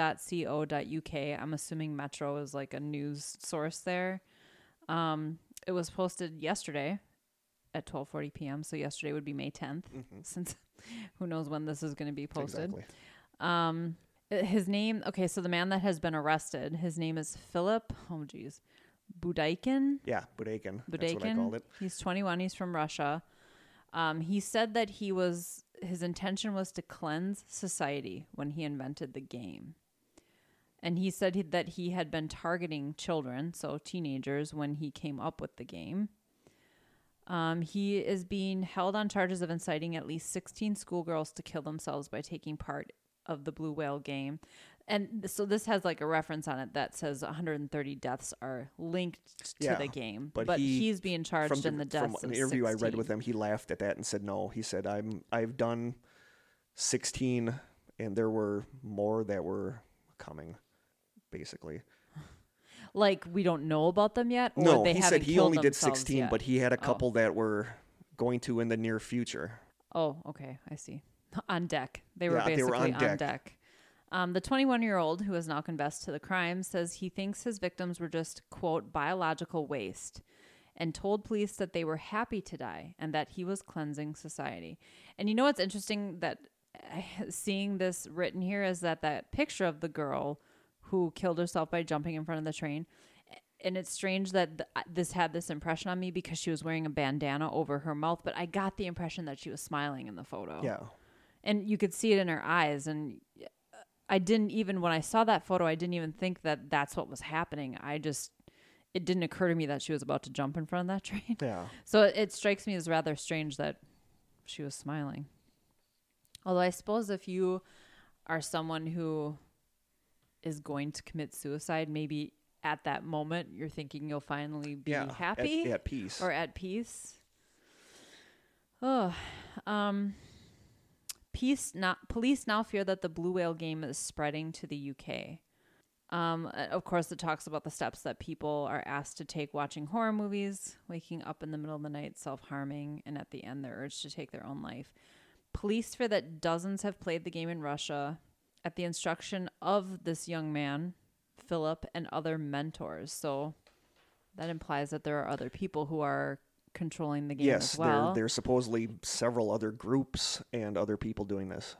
Speaker 1: I'm assuming Metro is like a news source there. Um it was posted yesterday at 12:40 p.m. so yesterday would be May 10th since who knows when this is going to be posted.
Speaker 2: Exactly.
Speaker 1: Um, uh, his name. Okay, so the man that has been arrested, his name is Philip. Oh, geez, Budaikin.
Speaker 2: Yeah, Budakin. That's what I called
Speaker 1: Budaikin.
Speaker 2: it.
Speaker 1: He's 21. He's from Russia. Um, he said that he was his intention was to cleanse society when he invented the game. And he said he, that he had been targeting children, so teenagers, when he came up with the game. Um, he is being held on charges of inciting at least 16 schoolgirls to kill themselves by taking part of the blue whale game. And th- so this has like a reference on it that says 130 deaths are linked to
Speaker 2: Yeah,
Speaker 1: the game, but,
Speaker 2: but he-
Speaker 1: he's being charged
Speaker 2: From, the-
Speaker 1: in the
Speaker 2: from
Speaker 1: deaths.
Speaker 2: an
Speaker 1: of
Speaker 2: interview I read
Speaker 1: 16.
Speaker 2: with him, he laughed at that and said no. He said I'm I've done 16 and there were more that were coming basically.
Speaker 1: Like we don't know about them yet. Or
Speaker 2: no,
Speaker 1: they
Speaker 2: he
Speaker 1: haven't
Speaker 2: said he
Speaker 1: killed
Speaker 2: only did
Speaker 1: themselves
Speaker 2: 16
Speaker 1: yet.
Speaker 2: but he had a couple that were going to in the near future.
Speaker 1: Oh, okay. I see. On deck. They were
Speaker 2: Yeah, they
Speaker 1: basically
Speaker 2: were
Speaker 1: on
Speaker 2: on
Speaker 1: deck.
Speaker 2: deck.
Speaker 1: Um, the 21 year old who has now confessed to the crime says he thinks his victims were just, quote, biological waste and told police that they were happy to die and that he was cleansing society. And you know what's interesting that eh, seeing this written here is that that picture of the girl who killed herself by jumping in front of the train eh, and it's strange that th- I- this had this impression on me because she was wearing a bandana over her mouth but i got the impression that she was smiling in the photo
Speaker 2: Yeah.
Speaker 1: and you could see it in her eyes and i didn't even when i saw that photo i didn't even think that that's what was happening i just it didn't occur to me that she was about to jump in front of that train
Speaker 2: Yeah.
Speaker 1: so it, it strikes me as rather strange that she was smiling. Although I suppose if you are someone who is going to commit suicide, maybe at that moment you're thinking you'll finally be
Speaker 2: yeah. At-
Speaker 1: happy
Speaker 2: at, peace.
Speaker 1: or at peace. Oh, um, peace. Not police now fear that the blue whale game is spreading to the UK. Um, uh, of course, it talks about the steps that people are asked to take watching horror movies, waking up in the middle of the night, self harming, and at the end, they're urged to take their own life. Police fear that dozens have played the game in Russia at the instruction of this young man, Philip, and other mentors. So that implies that there are other people who are controlling the game
Speaker 2: Yes,
Speaker 1: as well.
Speaker 2: there there's supposedly several other groups and other people doing this.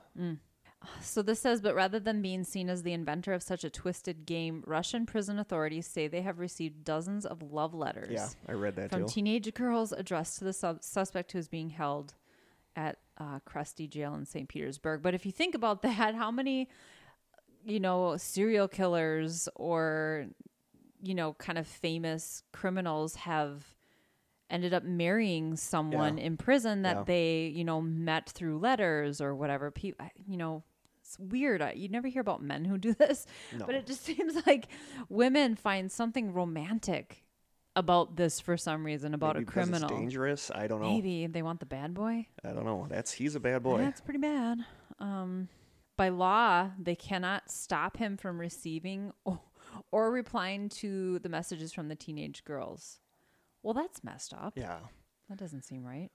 Speaker 1: So this says, but rather than being seen as the inventor of such a twisted game, Russian prison authorities say they have received dozens of love letters
Speaker 2: Yeah, I read that
Speaker 1: from
Speaker 2: too.
Speaker 1: teenage girls addressed to the sub- suspect who is being held at uh, Krusty Jail in St. Petersburg. But if you think about that, how many, you know, serial killers or, you know, kind of famous criminals have ended up marrying someone
Speaker 2: Yeah.
Speaker 1: in prison that
Speaker 2: Yeah.
Speaker 1: they, you know, met through letters or whatever. Pe- I- you know, it's weird. I, you never hear about men who do this, but it just seems like women find something romantic about this for some reason about
Speaker 2: Maybe
Speaker 1: a
Speaker 2: because It's
Speaker 1: criminal.
Speaker 2: dangerous. I don't know.
Speaker 1: Maybe they want the bad boy.
Speaker 2: I don't know. That's he's a bad boy.
Speaker 1: That's pretty bad. Um, by law, they cannot stop him from receiving or, or replying to the messages from the teenage girls. Well, that's messed up.
Speaker 2: yeah.
Speaker 1: That doesn't seem right.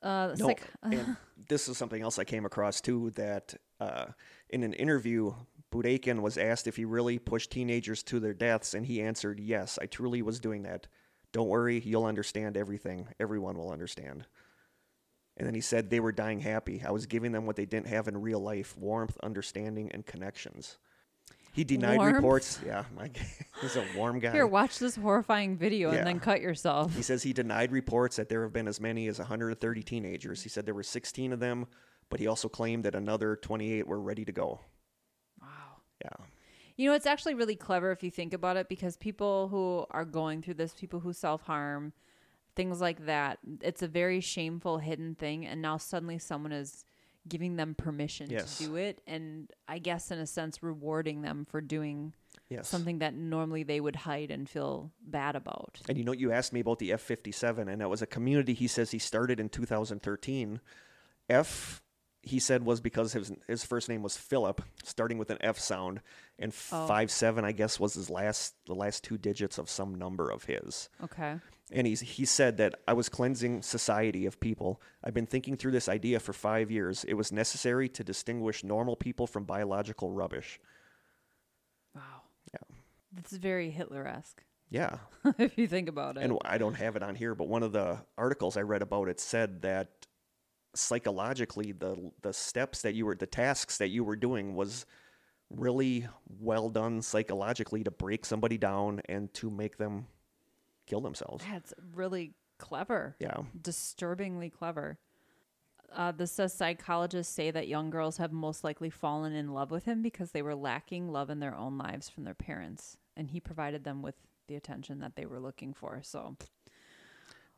Speaker 1: Uh, it's
Speaker 2: No,
Speaker 1: like,
Speaker 2: and this is something else I came across too that uh, in an interview, Budakin was asked if he really pushed teenagers to their deaths, and he answered, "Yes, I truly was doing that. Don't worry, you'll understand everything. Everyone will understand." And then he said they were dying happy. I was giving them what they didn't have in real life: warmth, understanding, and connections. He denied
Speaker 1: Warmth?
Speaker 2: reports. Yeah, my, he's a warm guy.
Speaker 1: here, watch this horrifying video
Speaker 2: Yeah.
Speaker 1: and then cut yourself.
Speaker 2: He says he denied reports that there have been as many as 130 teenagers. He said there were 16 of them, but he also claimed that another 28 were ready to go.
Speaker 1: Wow.
Speaker 2: Yeah.
Speaker 1: You know, it's actually really clever if you think about it because people who are going through this, people who self harm, things like that, it's a very shameful, hidden thing. And now suddenly someone is giving them permission
Speaker 2: Yes.
Speaker 1: to do it. And I guess, in a sense, rewarding them for doing
Speaker 2: Yes.
Speaker 1: something that normally they would hide and feel bad about.
Speaker 2: And you know, you asked me about the F 57, and that was a community he says he started in 2013. F, he said, was because his, his first name was Philip, starting with an F sound, and
Speaker 1: Oh.
Speaker 2: 5 7, I guess, was his last, the last two digits of some number of his.
Speaker 1: Okay.
Speaker 2: and he's, he said that I was cleansing society of people. I've been thinking through this idea for five years. It was necessary to distinguish normal people from biological rubbish.
Speaker 1: Wow.
Speaker 2: Yeah.
Speaker 1: That's very Hitler esque
Speaker 2: Yeah.
Speaker 1: if you think about it.
Speaker 2: And I don't have it on here, but one of the articles I read about it said that psychologically the the steps that you were the tasks that you were doing was really well done psychologically to break somebody down and to make them kill themselves.
Speaker 1: That's really clever.
Speaker 2: Yeah.
Speaker 1: disturbingly clever. Uh, this says psychologists say that young girls have most likely fallen in love with him because they were lacking love in their own lives from their parents, and he provided them with the attention that they were looking for. So,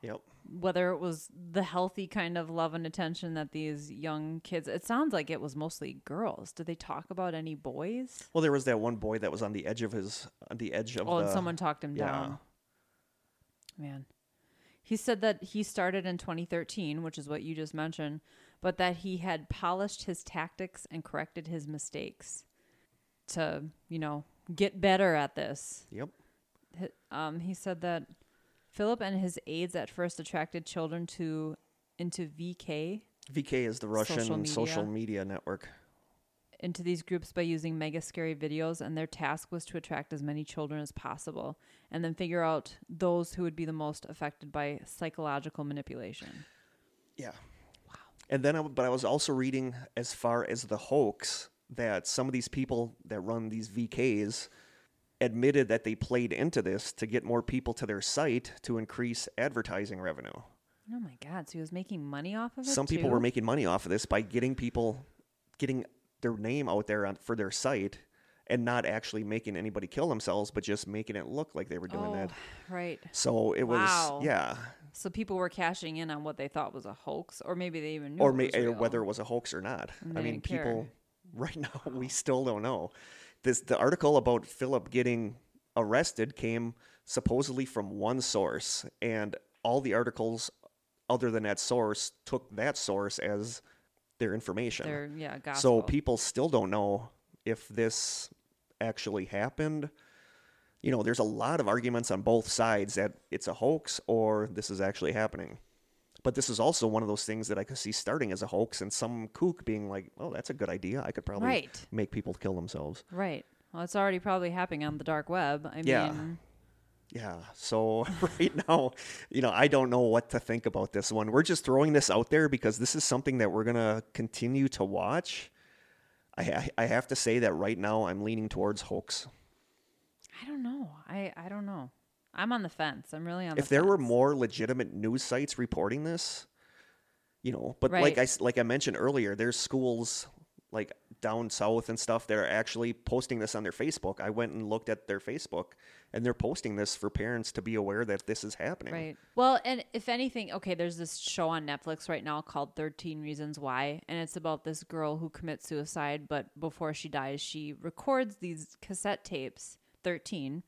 Speaker 2: Yep.
Speaker 1: whether it was the healthy kind of love and attention that these young kids, it sounds like it was mostly girls. Did they talk about any boys?
Speaker 2: Well, there was that one boy that was on the edge of his on the edge of
Speaker 1: Oh,
Speaker 2: the
Speaker 1: and someone talked him
Speaker 2: yeah.
Speaker 1: down. Man. He said that he started in 2013, which is what you just mentioned, but that he had polished his tactics and corrected his mistakes to, you know, get better at this.
Speaker 2: Yep.
Speaker 1: Hi- Um, he said that Philip and his aides at first attracted children to into VK,
Speaker 2: VK is the Russian social
Speaker 1: Social
Speaker 2: media, network.
Speaker 1: into these groups by using mega scary videos, and their task was to attract as many children as possible and then figure out those who would be the most affected by psychological manipulation.
Speaker 2: Yeah. Wow. And then, I, but I was also reading as far as the hoax that some of these people that run these VKs admitted that they played into this to get more people to their site to increase advertising revenue.
Speaker 1: Oh my God. So he was making money off of it?
Speaker 2: Some people
Speaker 1: too?
Speaker 2: were making money off of this by getting people, getting their name out there on, for their site and not actually making anybody kill themselves, but just making it look like they were doing
Speaker 1: oh,
Speaker 2: that.
Speaker 1: Right.
Speaker 2: So it was,
Speaker 1: Wow.
Speaker 2: yeah,
Speaker 1: So people were cashing in on what they thought was a hoax, or maybe they even knew
Speaker 2: or
Speaker 1: it
Speaker 2: may,
Speaker 1: was
Speaker 2: or
Speaker 1: real.
Speaker 2: whether it was a hoax or not.
Speaker 1: And
Speaker 2: I
Speaker 1: they
Speaker 2: mean,
Speaker 1: didn't care.
Speaker 2: people right now we still don't know. This the article about Philip getting arrested came supposedly from one source, and all the articles other than that source took that source as their information.
Speaker 1: They're, yeah, gospel.
Speaker 2: so people still don't know if this actually happened. You know, there's a lot of arguments on both sides that it's a hoax or this is actually happening. But this is also one of those things that I could see starting as a hoax and some kook being like, "Oh, that's a good idea. I could probably
Speaker 1: Right.
Speaker 2: make people kill themselves."
Speaker 1: Right. Well, it's already probably happening on the dark web. I
Speaker 2: Yeah.
Speaker 1: mean,
Speaker 2: Yeah. So right now, you know, I don't know what to think about this one. We're just throwing this out there because this is something that we're gonna continue to watch. I ha- I have to say that right now I'm leaning towards hoax.
Speaker 1: I don't know. I I don't know. I'm on the fence. I'm really on.
Speaker 2: If
Speaker 1: the
Speaker 2: there were
Speaker 1: fence.
Speaker 2: more legitimate news sites reporting this, you know, but like
Speaker 1: Right.
Speaker 2: I s- like I mentioned earlier, there's schools like down south and stuff that are actually posting this on their Facebook. I went and looked at their Facebook, and they're posting this for parents to be aware that this is happening.
Speaker 1: Right. Well, and if anything, okay, there's this show on Netflix right now called 13 Reasons Why, and it's about this girl who commits suicide, but before she dies, she records these cassette tapes, 13,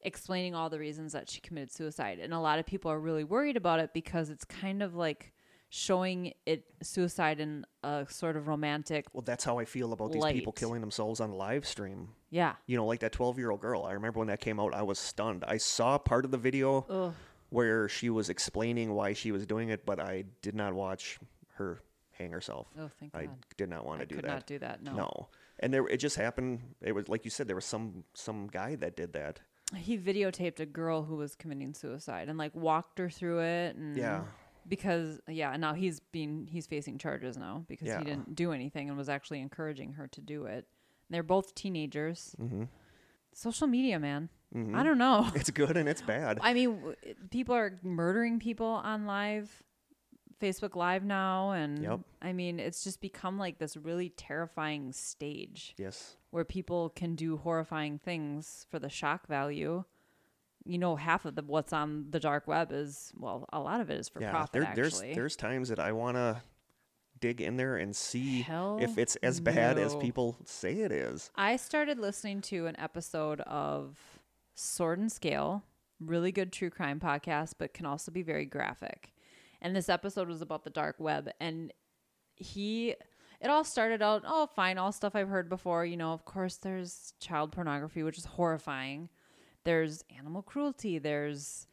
Speaker 1: explaining all the reasons that she committed suicide. And a lot of people are really worried about it because it's kind of like showing it suicide in a sort of romantic,
Speaker 2: Well, that's how I feel about these people
Speaker 1: Light.
Speaker 2: killing themselves on live stream.
Speaker 1: yeah.
Speaker 2: You know, like that 12 year old girl. I remember when that came out, I was stunned. I saw part of the video where she was explaining why she was doing it, but I did not watch her hang herself.
Speaker 1: Oh, thank
Speaker 2: I
Speaker 1: God.
Speaker 2: did not want
Speaker 1: I
Speaker 2: to do
Speaker 1: could
Speaker 2: that.
Speaker 1: not do that. No.
Speaker 2: No. And there, it just happened. It was like you said, there was some some guy that did that.
Speaker 1: he videotaped a girl who was committing suicide and like walked her through it and
Speaker 2: Yeah.
Speaker 1: because yeah and now he's being he's facing charges now because
Speaker 2: Yeah.
Speaker 1: he didn't do anything and was actually encouraging her to do it and they're both teenagers social media man i don't know
Speaker 2: Mm-hmm. It's good and it's bad.
Speaker 1: i mean w- it- people are murdering people on live facebook live now and
Speaker 2: Yep.
Speaker 1: i mean it's just become like this really terrifying stage
Speaker 2: yes.
Speaker 1: where people can do horrifying things for the shock value. You know, half of the what's on the dark web is well, a lot of it is for
Speaker 2: yeah.
Speaker 1: profit.
Speaker 2: there, there's
Speaker 1: actually,
Speaker 2: there's times that I want to dig in there and see
Speaker 1: Hell
Speaker 2: if it's as bad as
Speaker 1: no.
Speaker 2: people say it is.
Speaker 1: I started listening to an episode of Sword and Scale, really good true crime podcast, but can also be very graphic. And this episode was about the dark web. And he, it all started out, oh, fine, all stuff I've heard before. You know, of course, there's child pornography, which is horrifying. There's animal cruelty. There's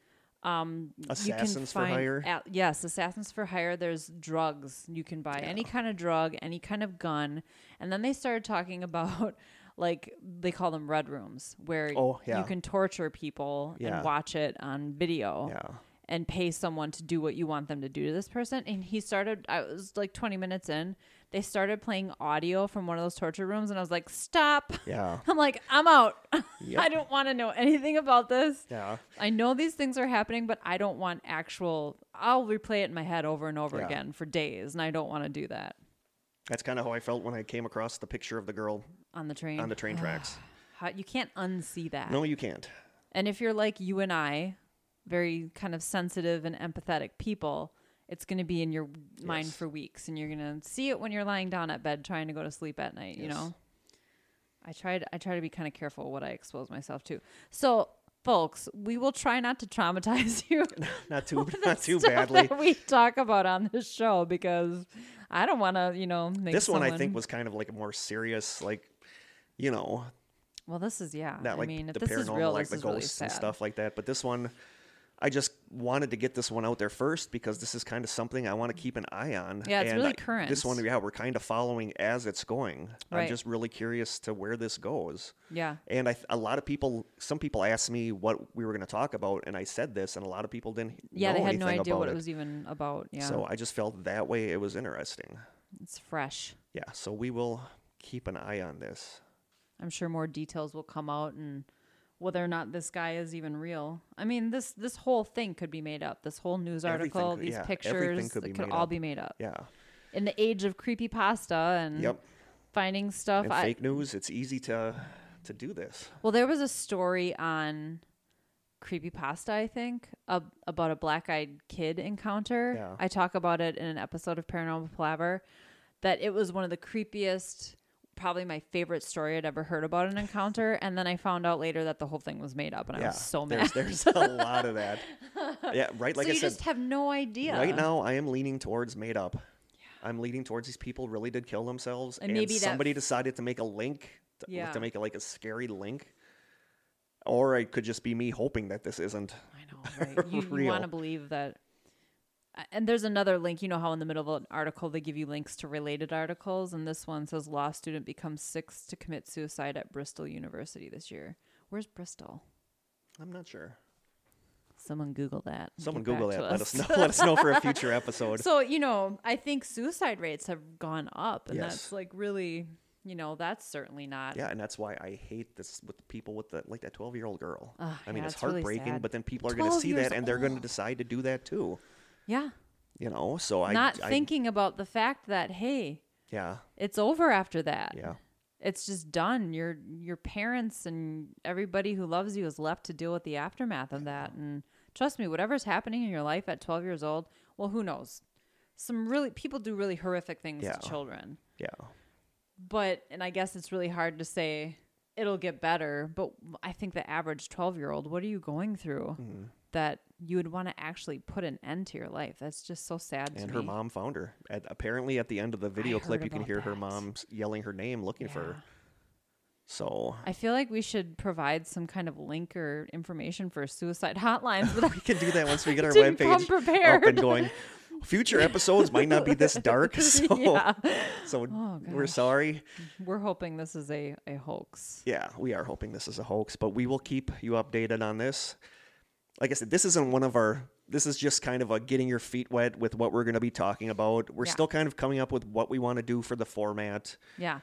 Speaker 1: um, you can
Speaker 2: Assassins for hire.
Speaker 1: a- yes, assassins for hire. There's drugs you can buy, any kind of drug, any kind of gun, and then they started talking about like they call them red rooms, where
Speaker 2: Oh, yeah.
Speaker 1: you can torture people
Speaker 2: Yeah.
Speaker 1: and watch it on video
Speaker 2: Yeah.
Speaker 1: and pay someone to do what you want them to do to this person. And he started, I was like 20 minutes in, they started playing audio from one of those torture rooms. And I was like, stop.
Speaker 2: Yeah.
Speaker 1: I'm like, I'm out. I
Speaker 2: Yep.
Speaker 1: don't want to know anything about this.
Speaker 2: Yeah.
Speaker 1: I know these things are happening, but I don't want actual, I'll replay it in my head over and over
Speaker 2: Yeah.
Speaker 1: again for days. And I don't want to do that
Speaker 2: That's kind of how I felt when I came across the picture of the girl
Speaker 1: on the train.
Speaker 2: on the train tracks.
Speaker 1: How, you can't unsee that.
Speaker 2: No, you can't.
Speaker 1: And if you're like you and I, very kind of sensitive and empathetic people, it's going to be in your mind
Speaker 2: Yes.
Speaker 1: for weeks and you're going to see it when you're lying down at bed trying to go to sleep at night, you
Speaker 2: Yes.
Speaker 1: know. I tried I try to be kind of careful what I expose myself to. So, folks, we will try not to traumatize you
Speaker 2: Not too not
Speaker 1: with
Speaker 2: too
Speaker 1: stuff
Speaker 2: badly.
Speaker 1: that we talk about on this show because I don't want to, you know, make
Speaker 2: This one I
Speaker 1: someone-
Speaker 2: think was kind of like a more serious like you know,
Speaker 1: Well, this is yeah.
Speaker 2: not
Speaker 1: I
Speaker 2: like
Speaker 1: mean, if
Speaker 2: the
Speaker 1: this is
Speaker 2: paranormal,
Speaker 1: real,
Speaker 2: like
Speaker 1: this
Speaker 2: the
Speaker 1: is really
Speaker 2: ghosts and
Speaker 1: sad.
Speaker 2: stuff like that. But this one, I just wanted to get this one out there first because this is kind of something I want to keep an eye on.
Speaker 1: Yeah, it's
Speaker 2: and
Speaker 1: really
Speaker 2: I-
Speaker 1: current.
Speaker 2: This one, yeah, we're kind of following as it's going. I'm
Speaker 1: Right.
Speaker 2: just really curious to where this goes.
Speaker 1: Yeah.
Speaker 2: And I, th- a lot of people, some people asked me what we were going to talk about, and I said this, and a lot of people didn't.
Speaker 1: Yeah,
Speaker 2: know
Speaker 1: they had
Speaker 2: anything
Speaker 1: no idea
Speaker 2: about
Speaker 1: what it was even about. Yeah.
Speaker 2: So I just felt that way. It was interesting.
Speaker 1: It's fresh.
Speaker 2: Yeah. So we will keep an eye on this.
Speaker 1: I'm sure more details will come out and whether or not this guy is even real. I mean, this this whole thing could be made up. This whole news
Speaker 2: Everything
Speaker 1: article,
Speaker 2: could-
Speaker 1: these
Speaker 2: yeah, everything
Speaker 1: pictures,
Speaker 2: could
Speaker 1: could,
Speaker 2: be
Speaker 1: could
Speaker 2: made
Speaker 1: all
Speaker 2: up.
Speaker 1: be made up.
Speaker 2: Yeah.
Speaker 1: In the age of creepypasta and
Speaker 2: Yep.
Speaker 1: finding stuff,
Speaker 2: And
Speaker 1: Mm-hmm. I,
Speaker 2: fake news. It's easy to to do this.
Speaker 1: Well, there was a story on creepypasta, I think, ab- about a black-eyed kid encounter.
Speaker 2: Yeah.
Speaker 1: I talk about it in an episode of Paranormal Palaver that it was one of the creepiest probably my favorite story I'd ever heard about an encounter and then I found out later that the whole thing was made up and I was so mad.
Speaker 2: There's, there's a lot of that. Yeah, right. Like
Speaker 1: so
Speaker 2: I
Speaker 1: you
Speaker 2: said,
Speaker 1: just have no idea.
Speaker 2: right now I am leaning towards made up. I'm leaning towards these people really did kill themselves, and,
Speaker 1: And maybe that
Speaker 2: somebody
Speaker 1: f-
Speaker 2: decided to make a link to,
Speaker 1: Yeah.
Speaker 2: to make it like a scary link. Or it could just be me hoping that this isn't.
Speaker 1: I know, right? You, you
Speaker 2: Real.
Speaker 1: want to believe that. uh, And there's another link. You know how in the middle of an article they give you links to related articles, and this one says law student becomes sixth to commit suicide at Bristol University this year. Where's Bristol?
Speaker 2: I'm not sure.
Speaker 1: Someone Google that. and
Speaker 2: Someone
Speaker 1: get
Speaker 2: Google
Speaker 1: back
Speaker 2: that.
Speaker 1: to
Speaker 2: Let us know. Let us know for a future episode.
Speaker 1: So, you know, I think suicide rates have gone up, and
Speaker 2: Yes.
Speaker 1: that's like really, you know, that's certainly not.
Speaker 2: yeah, and that's why I hate this with the people with the like that twelve year old girl.
Speaker 1: Ugh,
Speaker 2: I
Speaker 1: Ah,
Speaker 2: mean,
Speaker 1: yeah,
Speaker 2: it's
Speaker 1: it's really
Speaker 2: heartbreaking,
Speaker 1: sad.
Speaker 2: but then people are going to
Speaker 1: 12
Speaker 2: see
Speaker 1: years
Speaker 2: that and they're going to
Speaker 1: old.
Speaker 2: decide to do that too.
Speaker 1: Yeah.
Speaker 2: You know, so I
Speaker 1: not
Speaker 2: I,
Speaker 1: thinking about the fact that, hey,
Speaker 2: Yeah,
Speaker 1: it's over after that.
Speaker 2: yeah,
Speaker 1: It's just done. Your your parents and everybody who loves you is left to deal with the aftermath of that. And trust me, whatever's happening in your life at 12 years old, well, who knows? Some really people do really horrific things
Speaker 2: Yeah.
Speaker 1: to children.
Speaker 2: yeah.
Speaker 1: But and I guess it's really hard to say it'll get better, but I think the average 12-year-old, what are you going through
Speaker 2: Mm-hmm.
Speaker 1: that you would want to actually put an end to your life? That's just so sad to
Speaker 2: And
Speaker 1: me.
Speaker 2: her mom found her. At, apparently, at the end of the video
Speaker 1: heard
Speaker 2: clip, you can
Speaker 1: about
Speaker 2: hear her
Speaker 1: that.
Speaker 2: mom s- yelling her name, looking for
Speaker 1: Yeah.
Speaker 2: her. So
Speaker 1: I feel like we should provide some kind of link or information for suicide hotlines, but
Speaker 2: we can do that once we get our
Speaker 1: Didn't come
Speaker 2: webpage up
Speaker 1: prepared.
Speaker 2: and going. Future episodes might not be this dark, so
Speaker 1: Yeah. Oh,
Speaker 2: so we're
Speaker 1: gosh.
Speaker 2: sorry.
Speaker 1: we're hoping this is a, a hoax.
Speaker 2: Yeah, we are hoping this is a hoax, but we will keep you updated on this. Like I said, this isn't one of our. This is just kind of a getting your feet wet with what we're going to be talking about. We're
Speaker 1: Yeah.
Speaker 2: still kind of coming up with what we want to do for the format.
Speaker 1: Yeah.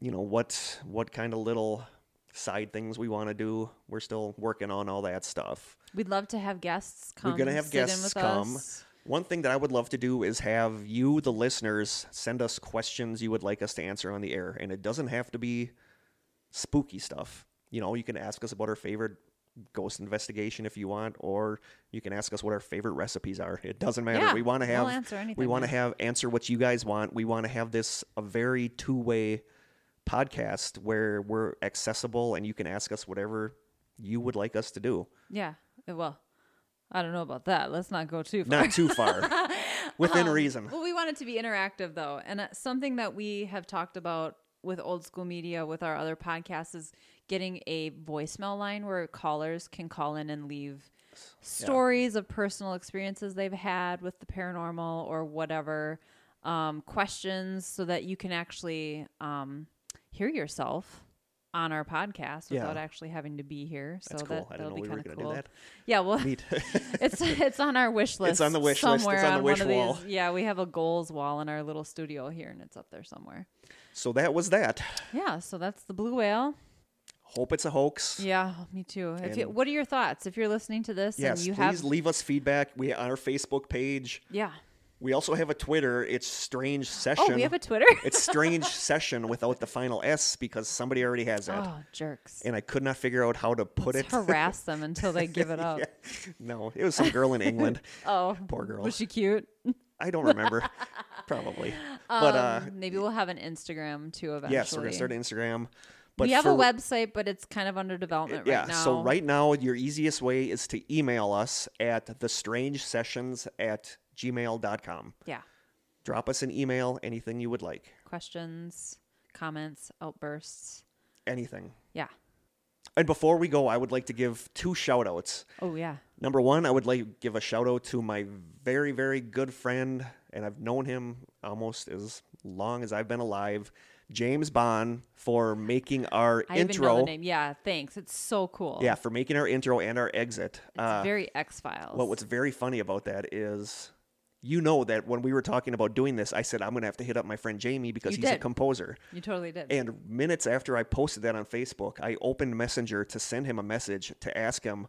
Speaker 2: you know what what kind of little side things we want to do. We're still working on all that stuff.
Speaker 1: We'd love to have guests come.
Speaker 2: We're gonna have
Speaker 1: sit in with
Speaker 2: guests come.
Speaker 1: us.
Speaker 2: One thing that I would love to do is have you, the listeners, send us questions you would like us to answer on the air, and it doesn't have to be spooky stuff. You know, you can ask us about our favorite ghost investigation if you want, or you can ask us what our favorite recipes are. It doesn't matter.
Speaker 1: Yeah,
Speaker 2: we want to have
Speaker 1: we'll answer
Speaker 2: we
Speaker 1: anything,
Speaker 2: want to
Speaker 1: man.
Speaker 2: have answer what you guys want. We want to have this a very two way podcast where we're accessible and you can ask us whatever you would like us to do.
Speaker 1: Yeah. Well, I don't know about that. Let's not go too far.
Speaker 2: Not too far,
Speaker 1: Um,
Speaker 2: within reason.
Speaker 1: Well, we want it to be interactive though, and uh, something that we have talked about with old school media with our other podcasts is getting a voicemail line where callers can call in and leave stories of personal experiences they've had with the paranormal or whatever um, questions so that you can actually um, hear yourself on our podcast
Speaker 2: Yeah.
Speaker 1: without actually having to be here so that,
Speaker 2: That's cool. I didn't
Speaker 1: that'll
Speaker 2: know
Speaker 1: be
Speaker 2: we were
Speaker 1: kind of
Speaker 2: gonna do
Speaker 1: cool
Speaker 2: that.
Speaker 1: yeah well
Speaker 2: Neat.
Speaker 1: it's it's on our wish list.
Speaker 2: on the wish list. It's
Speaker 1: somewhere
Speaker 2: on
Speaker 1: one
Speaker 2: the wish
Speaker 1: of
Speaker 2: wall.
Speaker 1: These. Yeah, we have a goals wall in our little studio here, and it's up there somewhere.
Speaker 2: so that was that.
Speaker 1: Yeah, so that's the blue whale.
Speaker 2: Hope it's a hoax.
Speaker 1: Yeah, me too. If you,
Speaker 2: And-
Speaker 1: what are your thoughts if you're listening to this
Speaker 2: Yes,
Speaker 1: and you
Speaker 2: please
Speaker 1: have?
Speaker 2: leave us feedback. We on our Facebook page.
Speaker 1: yeah.
Speaker 2: We also have a Twitter. It's Strange Session.
Speaker 1: Oh, we have a Twitter.
Speaker 2: it's Strange Session without the final S because somebody already has that,
Speaker 1: oh, jerks!
Speaker 2: and I could not figure out how to put
Speaker 1: Let's
Speaker 2: it.
Speaker 1: harass them until they give it up.
Speaker 2: no, it was some girl in England.
Speaker 1: Oh,
Speaker 2: Poor girl.
Speaker 1: Was she cute?
Speaker 2: I don't remember. Probably, but uh,
Speaker 1: Um, maybe we'll have an Instagram too eventually.
Speaker 2: yes, we're gonna start Instagram. But
Speaker 1: we have a
Speaker 2: for-
Speaker 1: website, but it's kind of under development
Speaker 2: yeah
Speaker 1: right now.
Speaker 2: so right now your easiest way is to email us at the strange sessions at gmail.com
Speaker 1: Yeah.
Speaker 2: drop us an email anything you would like
Speaker 1: Questions, comments, outbursts.
Speaker 2: anything
Speaker 1: Yeah.
Speaker 2: and before we go i would like to give two shout outs
Speaker 1: Oh yeah.
Speaker 2: number one i would like to give a shout out to my very very good friend and i've known him almost as long as i've been alive james bond for making our
Speaker 1: I
Speaker 2: intro
Speaker 1: even know the name. Yeah, thanks. It's so cool.
Speaker 2: yeah Uh, for making our intro and our exit
Speaker 1: It's very X Files.
Speaker 2: Well, what's very funny about that is, you know, that when we were talking about doing this, I said I'm gonna have to hit up my friend Jamie because
Speaker 1: You
Speaker 2: he's a
Speaker 1: did.
Speaker 2: composer.
Speaker 1: you totally did.
Speaker 2: And minutes after I posted that on Facebook, I opened Messenger to send him a message to ask him,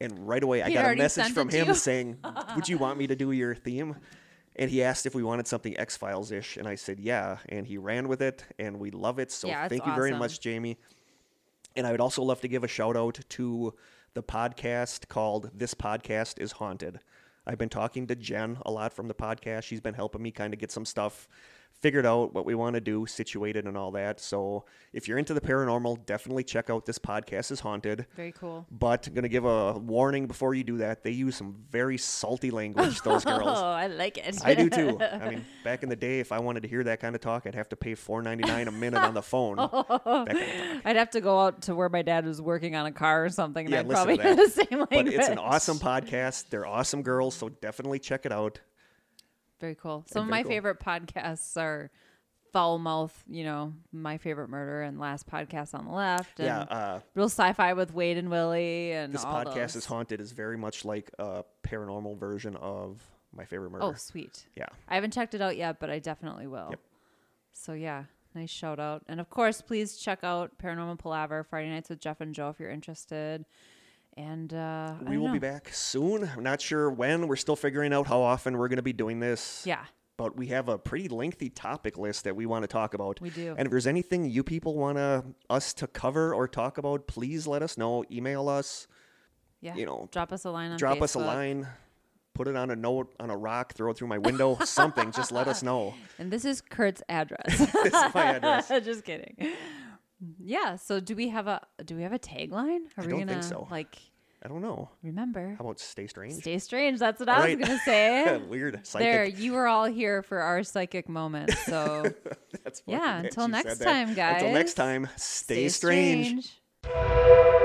Speaker 2: and right away I
Speaker 1: He'd
Speaker 2: got a
Speaker 1: already
Speaker 2: message
Speaker 1: sent
Speaker 2: from
Speaker 1: it to
Speaker 2: him
Speaker 1: you?
Speaker 2: saying, "Would you want me to do your theme?" And he asked if we wanted something X Files ish, and I said yeah, and he ran with it, and we love it. So
Speaker 1: Yeah, it's
Speaker 2: thank you very
Speaker 1: awesome.
Speaker 2: much, Jamie. And I would also love to give a shout out to the podcast called This Podcast is Haunted. I've been talking to Jen a lot from the podcast. She's been helping me kind of get some stuff figured out, what we want to do, situated, and all that. So if you're into the paranormal, definitely check out This Podcast is Haunted.
Speaker 1: very cool.
Speaker 2: But going to give a warning before you do that. They use some very salty language, those girls.
Speaker 1: Oh, I like it.
Speaker 2: I do too. I mean, back in the day, if I wanted to hear that kind of talk, I'd have to pay four ninety nine a minute on the phone.
Speaker 1: Oh,
Speaker 2: That kind of talk.
Speaker 1: I'd have to go out to where my dad was working on a car or something, and
Speaker 2: Yeah,
Speaker 1: I'd
Speaker 2: listen
Speaker 1: probably
Speaker 2: to
Speaker 1: hear
Speaker 2: that.
Speaker 1: the same language.
Speaker 2: but it's an awesome podcast. They're awesome girls, so definitely check it out.
Speaker 1: Very cool. Some of
Speaker 2: very
Speaker 1: my
Speaker 2: cool.
Speaker 1: favorite podcasts are foul mouth, you know, my favorite murder and last podcast on the left. And
Speaker 2: yeah, uh,
Speaker 1: real sci-fi with Wade and Willie and
Speaker 2: this
Speaker 1: all
Speaker 2: podcast
Speaker 1: those. Oh,
Speaker 2: is haunted is very much like a paranormal version of my favorite murder.
Speaker 1: oh sweet.
Speaker 2: Yeah,
Speaker 1: I haven't checked it out yet, but I definitely will.
Speaker 2: Yep.
Speaker 1: So yeah, nice shout out. And of course, please check out Paranormal Palaver Friday nights with Jeff and Joe if you're interested. And uh, I
Speaker 2: we will
Speaker 1: don't
Speaker 2: be
Speaker 1: know.
Speaker 2: back soon. I'm not sure when. We're still figuring out how often we're going to be doing this.
Speaker 1: Yeah,
Speaker 2: But we have a pretty lengthy topic list that we want to talk about.
Speaker 1: we do.
Speaker 2: And if there's anything you people want to us to cover or talk about, please let us know. Email us.
Speaker 1: yeah,
Speaker 2: you know,
Speaker 1: drop us a line on
Speaker 2: drop us a
Speaker 1: Facebook.
Speaker 2: line. Put it on a note on a rock. Throw it through my window. something. Just let us know.
Speaker 1: And this is Kurt's address.
Speaker 2: This is my address.
Speaker 1: Just kidding. Yeah. So do we have a do we have a tagline? Are we
Speaker 2: don't
Speaker 1: gonna
Speaker 2: think so.
Speaker 1: like
Speaker 2: I don't know.
Speaker 1: remember?
Speaker 2: How about stay strange?
Speaker 1: Stay strange. That's what
Speaker 2: All
Speaker 1: I was
Speaker 2: right.
Speaker 1: gonna say.
Speaker 2: Weird. Psychic.
Speaker 1: there, you were all here for our psychic moment. So
Speaker 2: That's
Speaker 1: Yeah,
Speaker 2: fucking it.
Speaker 1: until
Speaker 2: She
Speaker 1: next
Speaker 2: said that.
Speaker 1: time,
Speaker 2: Until
Speaker 1: guys.
Speaker 2: next time, stay, strange.
Speaker 1: strange.